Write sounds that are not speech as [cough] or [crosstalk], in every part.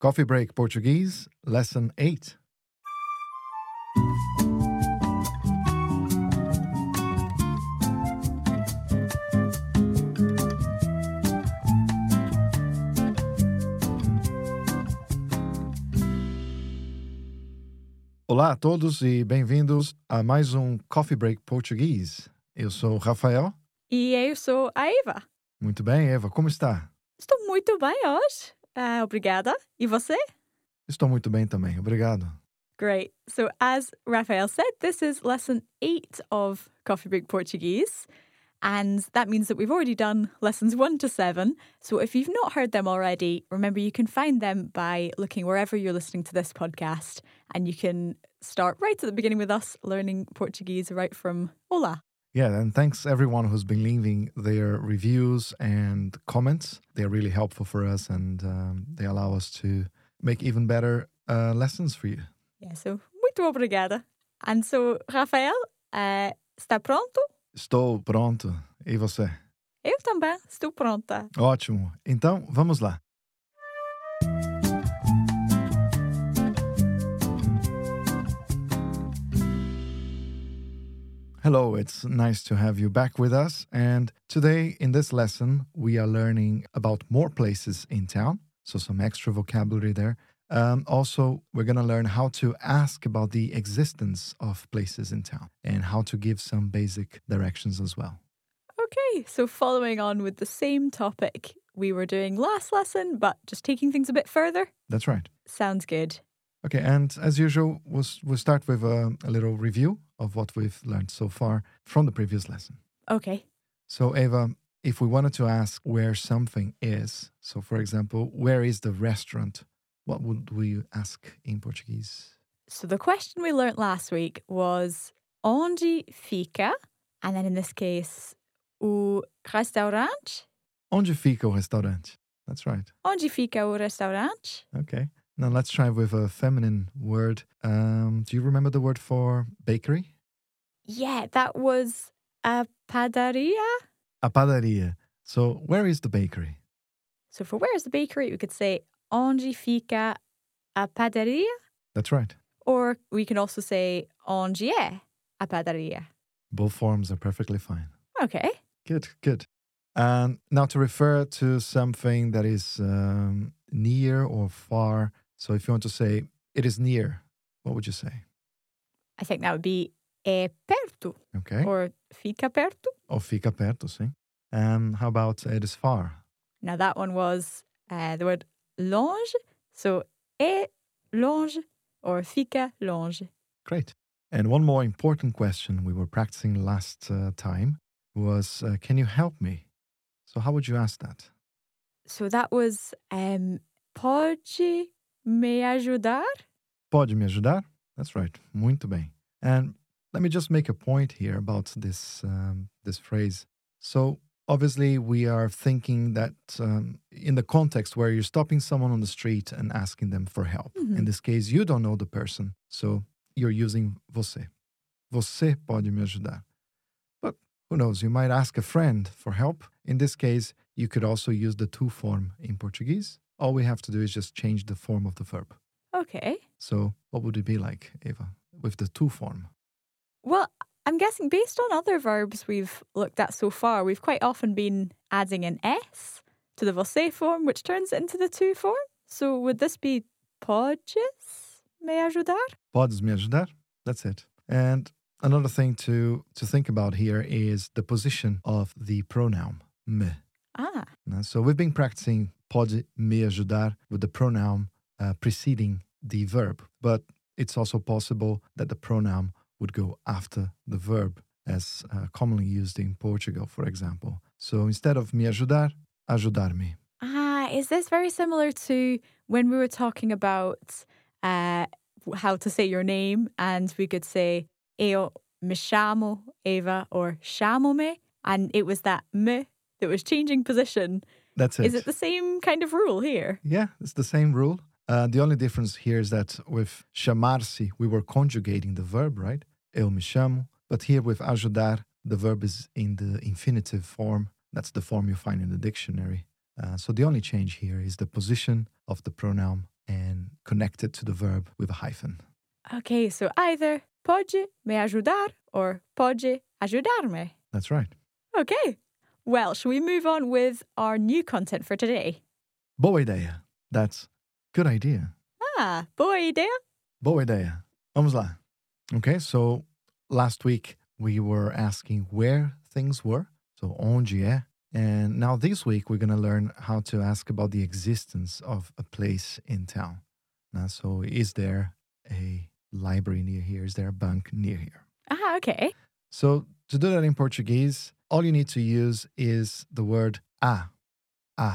Coffee Break Português, Lesson 8. Olá a todos e bem-vindos a mais um Coffee Break Português. Eu sou o Rafael. E eu sou a Eva. Muito bem, Eva, como está? Estou muito bem hoje. Ah, obrigada. E você? Estou muito bem também, obrigado. Great. So, as Rafael said, this is lesson eight of Coffee Break Portuguese. And that means that we've already done lessons one to seven. So, if you've not heard them already, remember you can find them by looking wherever you're listening to this podcast. And you can start right at the beginning with us learning Portuguese right from Olá. Yeah, and thanks everyone who's been leaving their reviews and comments. They're really helpful for us and um, they allow us to make even better uh, lessons for you. Yeah, so muito obrigada. And so, Rafael, eh, está pronto? Estou pronto. E você? Eu também estou pronta. Ótimo. Então, vamos lá. Hello, it's nice to have you back with us. And today, in this lesson, we are learning about more places in town. So, some extra vocabulary there. Um, also, we're going to learn how to ask about the existence of places in town and how to give some basic directions as well. Okay, so following on with the same topic we were doing last lesson, but just taking things a bit further. That's right. Sounds good. Okay, and as usual, we'll, s- we'll start with a, a little review of what we've learned so far from the previous lesson. Okay. So, Eva, if we wanted to ask where something is, so for example, where is the restaurant? What would we ask in Portuguese? So the question we learnt last week was onde fica? And then in this case, o restaurante. Onde fica o restaurante? That's right. Onde fica o restaurante? Okay. Now let's try with a feminine word. Um, do you remember the word for bakery? Yeah, that was a padaria. A padaria. So, where is the bakery? So for where's the bakery, we could say onde fica a padaria? That's right. Or we can also say onde é a padaria. Both forms are perfectly fine. Okay. Good, good. And now to refer to something that is um, near or far. So if you want to say it is near, what would you say? I think that would be é perto Okay. Or, or fica perto. fica perto, sim. And how about it is far? Now that one was uh, the word longe, so é longe or fica longe. Great. And one more important question we were practicing last uh, time was uh, can you help me? So how would you ask that? So that was um, pode me ajudar? Pode me ajudar? That's right. Muito bem. And let me just make a point here about this um, this phrase. So obviously we are thinking that um, in the context where you're stopping someone on the street and asking them for help. Mhm. In this case, you don't know the person, so you're using você. Você pode me ajudar. But who knows? You might ask a friend for help. In this case, you could also use the tu form in Portuguese. All we have to do is just change the form of the verb. Okay. So, what would it be like, Eva, with the two form? Well, I'm guessing based on other verbs we've looked at so far, we've quite often been adding an s to the você form, which turns it into the to form. So would this be podes me ajudar? Podes me ajudar? That's it. And another thing to, to think about here is the position of the pronoun me. Ah, Now, So, we've been practicing pode me ajudar with the pronoun uh, preceding the verb, but it's also possible that the pronoun would go after the verb, as uh, commonly used in Portugal, for example. So, instead of me ajudar, ajudar-me. Ah, is this very similar to when we were talking about uh, w- how to say your name and we could say eu me chamo Eva or chamo me and it was that me that was changing position. That's it. Is it the same kind of rule here? Yeah, it's the same rule. Uh, the only difference here is that with chamarse, we were conjugating the verb, right? Eu me chamo. But here with ajudar, the verb is in the infinitive form. That's the form you find in the dictionary. Uh, so the only change here is the position of the pronoun and connected to the verb with a hyphen. Okay, so either pode me ajudar or pode ajudarme. That's right. Okay. Well, shall we move on with our new content for today? Boa ideia. That's good idea. Ah, boa idea. Boa ideia. Vamos lá. Okay, so last week we were asking where things were, so onde é. And now this week we're going to learn how to ask about the existence of a place in town. Now, so is there a library near here? Is there a bank near here? Ah, okay. So to do that in Portuguese, all you need to use is the word a. A.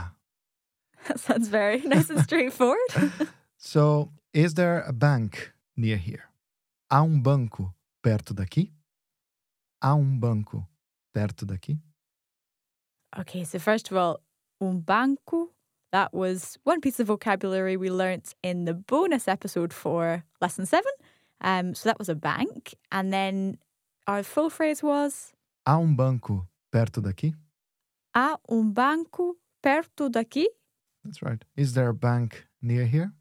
[laughs] That sounds very nice and straightforward. So is there a bank near here? Há um banco perto daqui? Há um banco perto daqui? okay, so first of all, un banco. That was one piece of vocabulary we learnt in the bonus episode for lesson seven. Um, so that was a bank. And then our full phrase was Há um banco perto daqui? a "Ah, un banco perto daqui. That's right. Is there a bank near here?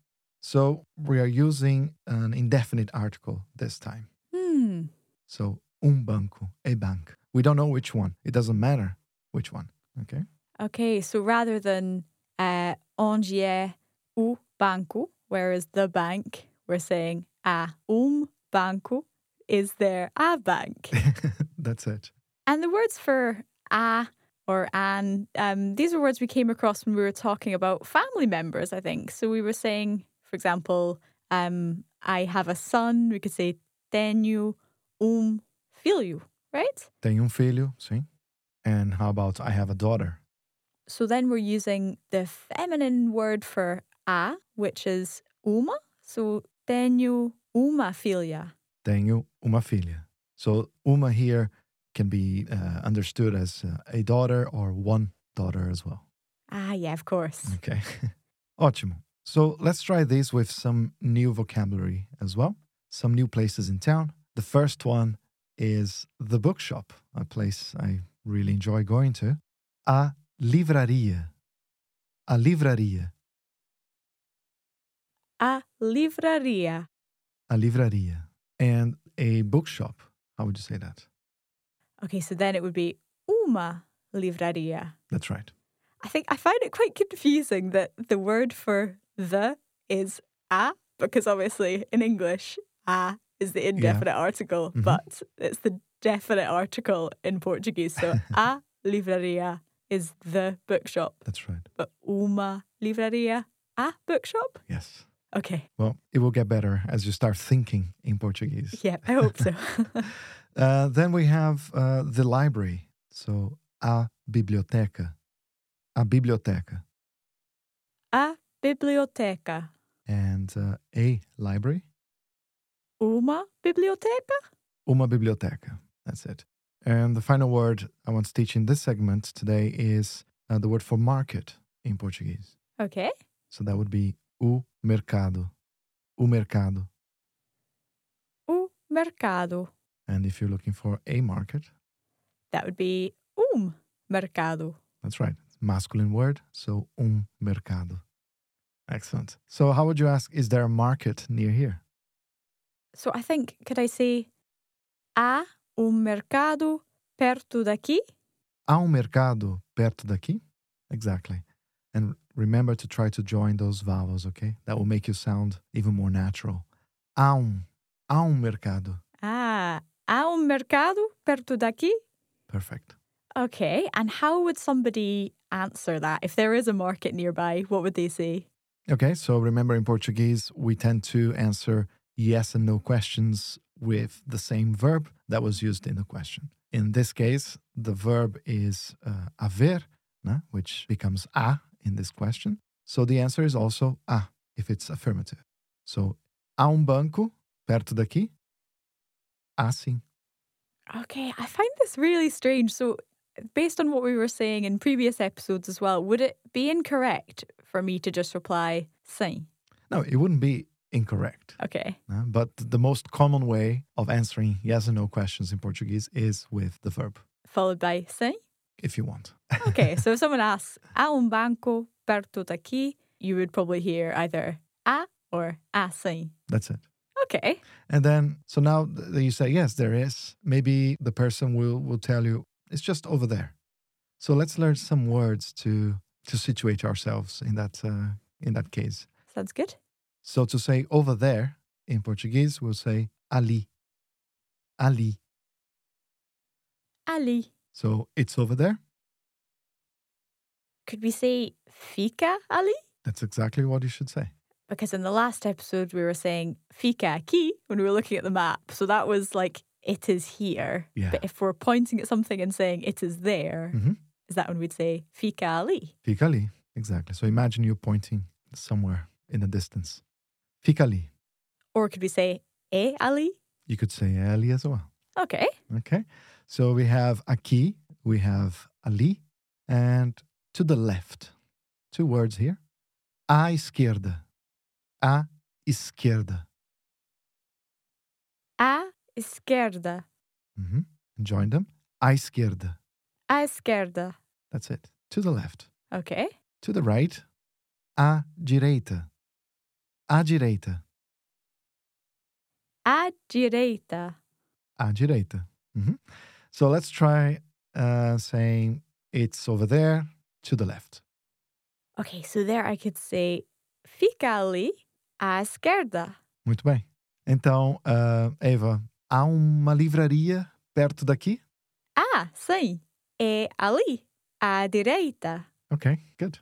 So we are using an indefinite article this time. Hmm. So um banco, a bank. We don't know which one. It doesn't matter which one. Okay. [laughs] Okay, so rather than uh, onde é o banco, where is the bank, we're saying a um banco. Is there a bank? [laughs] That's it. And the words for a or an, um, these were words we came across when we were talking about family members, I think. So we were saying, for example, um, I have a son. We could say, tenho um filho, right? Tenho um filho, sim. And how about I have a daughter? So then we're using the feminine word for a, which is uma. So tenho uma filha. Tenho uma filha. So uma here can be uh, understood as uh, a daughter or one daughter as well. Ah, yeah, of course. Okay. [laughs] Ótimo. So let's try this with some new vocabulary as well, some new places in town. The first one is the bookshop, a place I really enjoy going to. A livraria. A livraria. A livraria. A livraria. And a bookshop. How would you say that? Okay, so then it would be uma livraria. That's right. I think I find it quite confusing that the word for the is a, because obviously in English, a is the indefinite article, Mhm. but it's the definite article in Portuguese. So a livraria is the bookshop, That's right. but uma livraria, a bookshop? Yes. Okay. Well, it will get better as you start thinking in Portuguese. Yeah, I hope so. Uh, then we have uh, the library. So, a biblioteca. A biblioteca. a biblioteca. And uh, a library. Uma biblioteca? Uma biblioteca. That's it. And the final word I want to teach in this segment today is uh, the word for market in Portuguese. Okay. So that would be o mercado. O mercado. O mercado. And if you're looking for a market, That would be um mercado. That's right. It's a masculine word. So, um mercado. Excellent. So, how would you ask, is there a market near here? So I think, could I say, há um mercado perto daqui? Há um mercado perto daqui? Exactly. And remember to try to join those vowels, okay? That will make you sound even more natural. Há um. Há um mercado. Ah, há um mercado perto daqui? Perfect. Okay, and how would somebody answer that? If there is a market nearby, what would they say? Okay, so remember in Portuguese, we tend to answer yes and no questions with the same verb that was used in the question. In this case, the verb is uh, haver, né, which becomes a in this question. So the answer is also a if it's affirmative. So, há um banco perto daqui? Há sim. Okay, I find this really strange. So, based on what we were saying in previous episodes as well, would it be incorrect for me to just reply sim? No, it wouldn't be incorrect. Okay. né, but the most common way of answering yes and no questions in Portuguese is with the verb, Followed by sim? if you want. Okay, so if someone asks, há um banco perto daqui, you would probably hear either a or assim. That's it. Okay. And then, so now th- you say, yes, there is. Maybe the person will, will tell you, it's just over there. So let's learn some words to, to situate ourselves in that, uh, in that case. Sounds good. So to say over there in Portuguese, we'll say ali. Ali. Ali. So it's over there. Could we say fica ali? That's exactly what you should say. Because in the last episode, we were saying fica aqui when we were looking at the map. So that was like, it is here. Yeah. But if we're pointing at something and saying it is there, is Mhm. that when we'd say fica ali? Fica ali. Exactly. So imagine you're pointing somewhere in the distance. Fica ali. Or could we say e ali? You could say ali as well. Okay. Okay. So we have aqui, we have ali, and to the left. Two words here. A esquerda. A esquerda. A esquerda. hmm Join them. A esquerda. A esquerda. That's it. To the left. Okay. To the right. A direita. A direita. A direita. à direita. Mhm. So let's try uh, saying it's over there to the left. Okay, so there I could say fica ali à esquerda. Muito bem. Então, ah, Eva, há uma livraria perto daqui? Ah, sim. É ali à direita. Okay, good.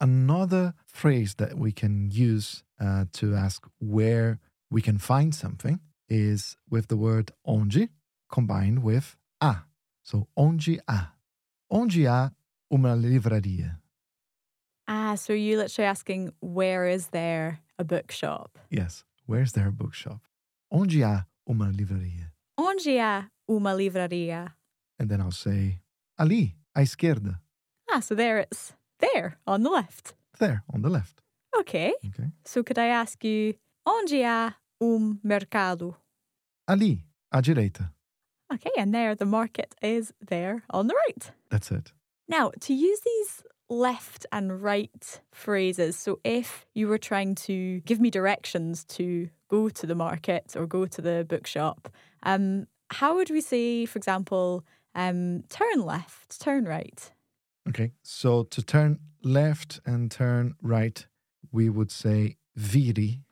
Another phrase that we can use uh, to ask where we can find something is with the word onde combined with a. So, onde há? Onde há uma livraria? Ah, so you're literally asking where is there a bookshop? Yes. Where's their bookshop? Onde há uma livraria? Onde há uma livraria? And then I'll say, ali, à esquerda, Ah, so there it's there on the left. there on the left. Okay. Okay. So could I ask you onde há um mercado? Ali, à direita. Okay, and there the market is there on the right. That's it. Now, to use these left and right phrases, so if you were trying to give me directions to go to the market or go to the bookshop, um, how would we say, for example, um, turn left, turn right? Okay. So to turn left and turn right, we would say viri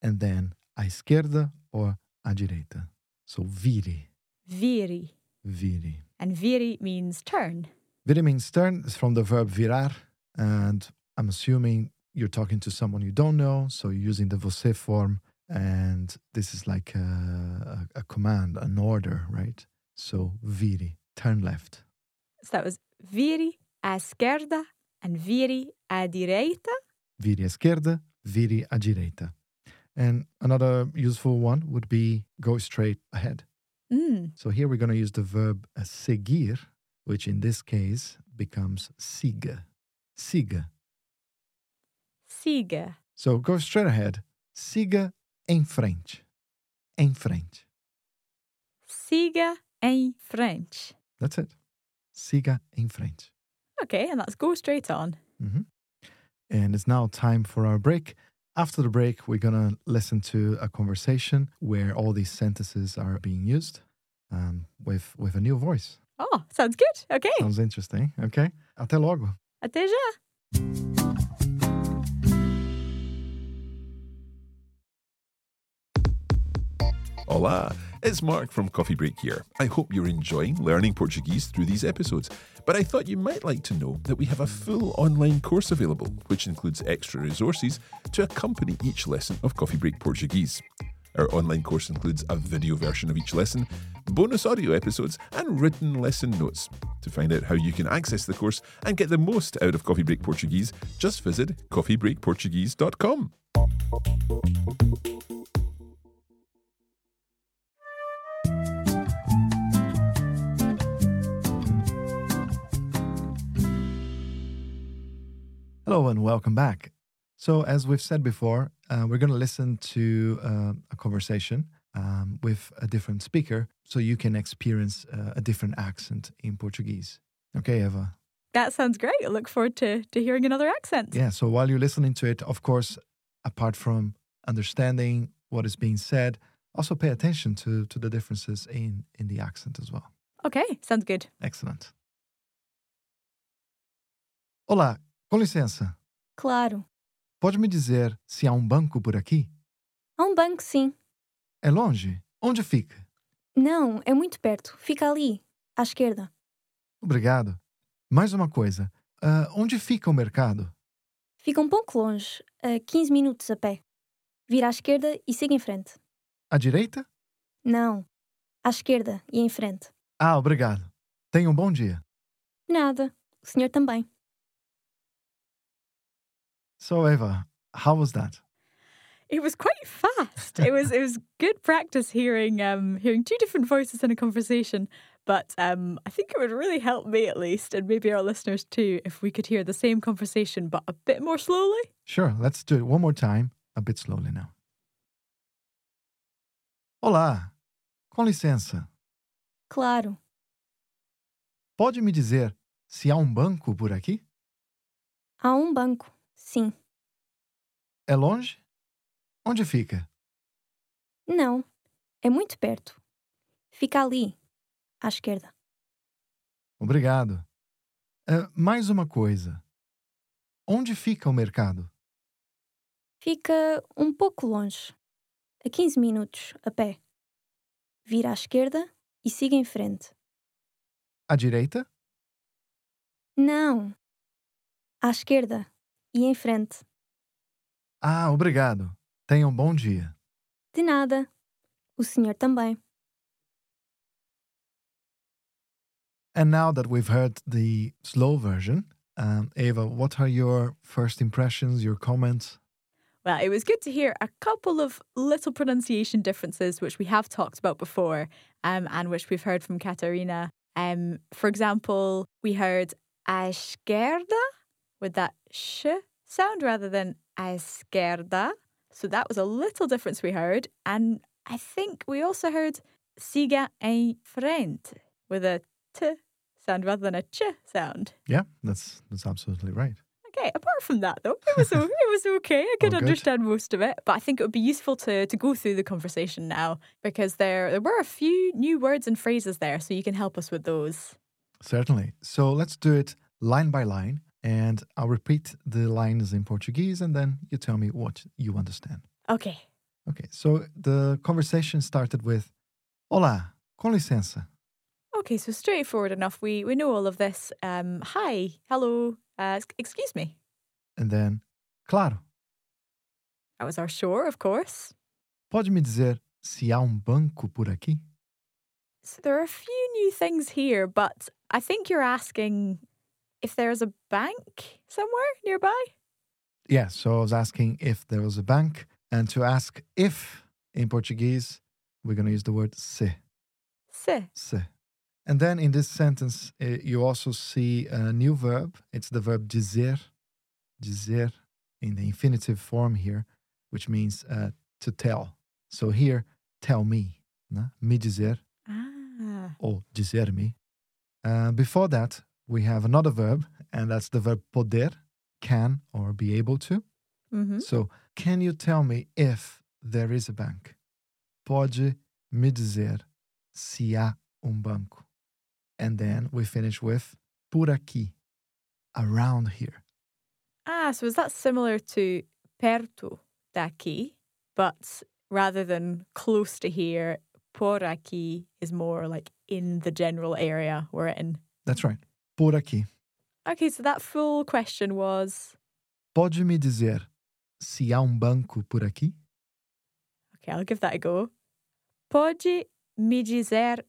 and then à esquerda or à direita. So viri, Viri. viri. And viri means turn. Viri means turn. It's from the verb virar. And I'm assuming you're talking to someone you don't know. So you're using the você form. And this is like a, a, a command, an order, right? So viri, turn left. So that was viri à esquerda and viri à direita. Viri à esquerda, viri à direita. And another useful one would be go straight ahead. Hum. Mm, So here we're going to use the verb uh, seguir, which in this case becomes siga. Siga. siga. So go straight ahead. Siga em frente. Em frente. Siga em French. That's it. Siga em frente. Okay, and that's go straight on. Mhm. And it's now time for our break. After the break, we're going to listen to a conversation where all these sentences are being used um, with, with a new voice. Oh, sounds good. Okay. Sounds interesting. Okay. Até logo. Até já. Olá, it's Mark from Coffee Break here. I hope you're enjoying learning Portuguese through these episodes, but I thought you might like to know that we have a full online course available, which includes extra resources to accompany each lesson of Coffee Break Portuguese. Our online course includes a video version of each lesson, bonus audio episodes, and written lesson notes. To find out how you can access the course and get the most out of Coffee Break Portuguese, just visit coffeebreakportuguese.com. Hello and welcome back. So, as we've said before, uh, we're going to listen to uh, a conversation um, with a different speaker so you can experience uh, a different accent in Portuguese. Okay, Eva? That sounds great. I look forward to, to hearing another accent. Yeah, so while you're listening to it, of course, apart from understanding what is being said. Also, pay attention to, to the differences in, in the accent as well. Okay, sounds good. Excellent. Olá, com licença. Claro. Pode me dizer se há um banco por aqui? Há um banco, sim. É longe? Onde fica? Não, é muito perto. Fica ali, à esquerda. Obrigado. Mais uma coisa. ah, onde fica o mercado? Fica um pouco longe, a 15 minutos a pé. Vira à esquerda e siga em frente. À direita? Não. À esquerda e em frente. Ah, obrigado. Tenha um bom dia. Nada. O senhor também. So, Eva, how was that? It was quite fast. it was it was good practice hearing um hearing two different voices in a conversation. But um, I think it would really help me at least, and maybe our listeners too, if we could hear the same conversation but a bit more slowly. Sure, let's do it one more time, a bit slowly now. Olá, com licença. Claro. Pode me dizer se há um banco por aqui? Há um banco. Sim. É longe? Onde fica? Não. É muito perto. Fica ali, à esquerda. Obrigado. Eh, mais uma coisa. Onde fica o mercado? Fica um pouco longe, a 15 minutos a pé. Vira à esquerda e siga em frente. À direita? Não. À esquerda e em frente. Ah, obrigado. Tenha um bom dia. De nada. O senhor também. And now that we've heard the slow version, um, Eva, what are your first impressions, your comments? Well, it was good to hear a couple of little pronunciation differences, which we have talked about before um, and which we've heard from Katarina. Um, for example, we heard esquerda with that sh sound rather than esquerda. So that was a little difference we heard. And I think we also heard siga en frente with a t sound rather than a ch sound. Yeah, that's that's absolutely right. Okay, apart from that though, it was o- it was okay. I could good. understand most of it, but I think it would be useful to to go through the conversation now because there there were a few new words and phrases there, so you can help us with those. Certainly. So let's do it line by line, and I'll repeat the lines in Portuguese, and then you tell me what you understand. Okay. Okay. So the conversation started with, "Olá, com licença." Okay, so straightforward enough. We we know all of this. Um, hi, hello, uh, ex- excuse me. And then, claro, That was our shore, of course. pode me dizer se há um banco por aqui? So there are a few new things here, but I think you're asking if there is a bank somewhere nearby. Yeah. So I was asking if there was a bank, and to ask if in Portuguese, we're going to use the word se. Se. se. And then in this sentence, eh, you also see a new verb. It's the verb dizer, dizer in the infinitive form here, which means uh, to tell. So here, tell me, né? me dizer Ah. or dizer me. Uh, before that, we have another verb, and that's the verb poder, can or be able to. Mm-hmm. So, can you tell me if there is a bank? Pode me dizer se há um banco? And then we finish with por aqui, around here. Ah, so is that similar to perto daqui, but rather than close to here, por aqui is more like in the general area we're in. That's right. Por aqui. Okay, so that full question was Pode me dizer se há um banco por aqui? okay, I'll give that a go. Pode me dizer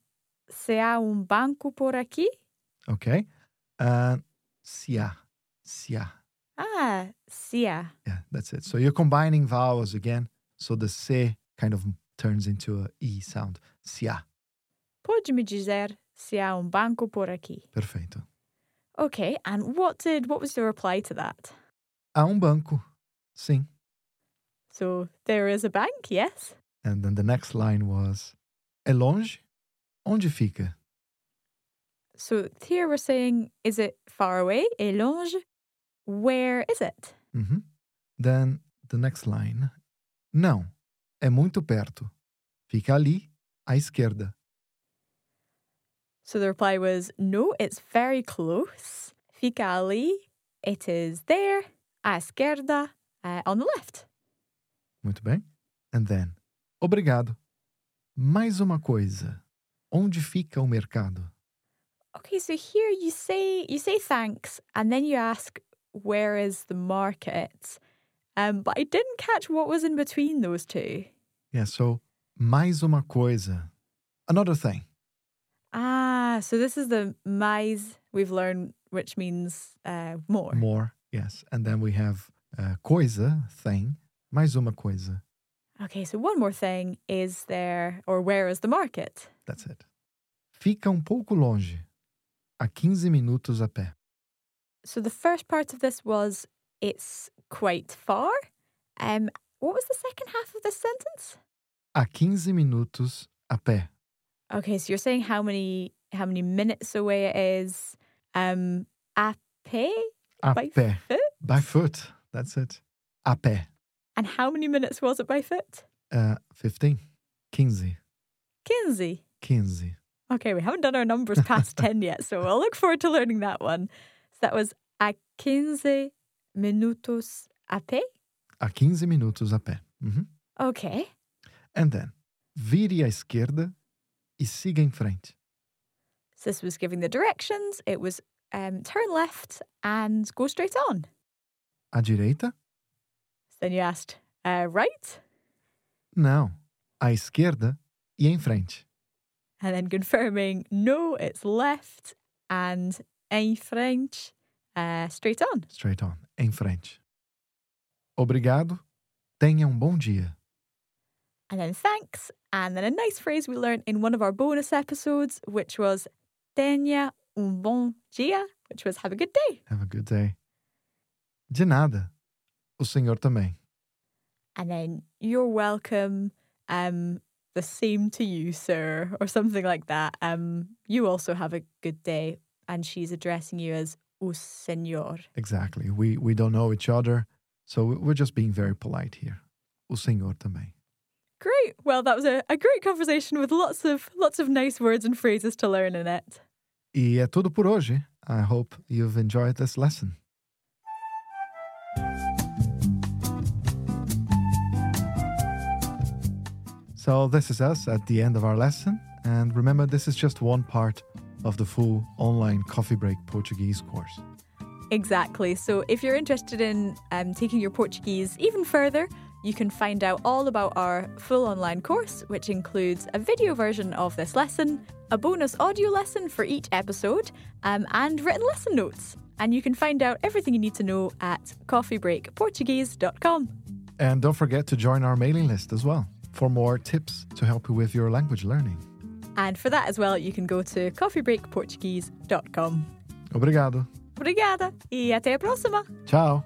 se há um banco por aqui? Okay. Uh, se há. Se há. Ah, se há. Yeah, that's it. So you're combining vowels again. So the se kind of turns into a e sound. Se há. Pode me dizer se há um banco por aqui? Perfeito. Okay, and what did what was the reply to that? Há um banco. Sim. So there is a bank, yes. And then the next line was, É longe? Onde fica? So here we're saying, is it far away? Et longe? Where is it? Uhum. Mhm. Then the next line, Não, é muito perto. Fica ali, à esquerda. So the reply was, no, it's very close. Fica ali. It is there. À esquerda. Uh, on the left. Muito bem. And then. Obrigado. Mais uma coisa. Onde fica o mercado? Okay, so here you say you say thanks, and then you ask where is the market. Um, but I didn't catch what was in between those two. Yeah, so mais uma coisa. Another thing. Ah, so this is the mais we've learned, which means uh, more. More, yes. And then we have uh, coisa, thing. Mais uma coisa. Okay, so one more thing is there, or where is the market? That's it. Fica um pouco longe. A 15 minutos a pé. So the first part of this was it's quite far. Um, what was the second half of this sentence? A 15 minutos a pé. Okay, so you're saying how many how many minutes away it is? Um, a pé A by pé. foot, By foot. That's it. A pé. and how many minutes was it by foot? Uh, 15? 15. Kinsey. 15. Okay, we haven't done our numbers past 10 yet, so I'll look forward to learning that one. So that was a 15 minutos a pé. A 15 minutos a pé. Uhum. Okay. And then. Vire à esquerda e siga em frente. So this was giving the directions. It was um, turn left and go straight on. À direita? So then you asked uh, right Não. À esquerda e em frente. and then confirming no, it's left and en French uh, straight on. Straight on. Em frente. Obrigado. Tenha um bom dia. And then thanks. And then a nice phrase we learned in one of our bonus episodes, which was tenha un bon dia, which was have a good day. Have a good day. De nada. O senhor também. And then you're welcome. Um, the same to you, sir, or something like that. Um, you also have a good day. And she's addressing you as o senor. Exactly. We, we don't know each other, so we- we're just being very polite here. O senhor também. Great. Well, that was a, a great conversation with lots of lots of nice words and phrases to learn in it. E é tudo por hoje. I hope you've enjoyed this lesson. So, this is us at the end of our lesson. And remember, this is just one part of the full online coffee break Portuguese course. Exactly. So, if you're interested in um, taking your Portuguese even further, you can find out all about our full online course, which includes a video version of this lesson, a bonus audio lesson for each episode, um, and written lesson notes. And you can find out everything you need to know at coffeebreakportuguese.com. And don't forget to join our mailing list as well for more tips to help you with your language learning. And for that as well, you can go to coffeebreakportuguese.com. Obrigado. Obrigada e até a próxima! Ciao.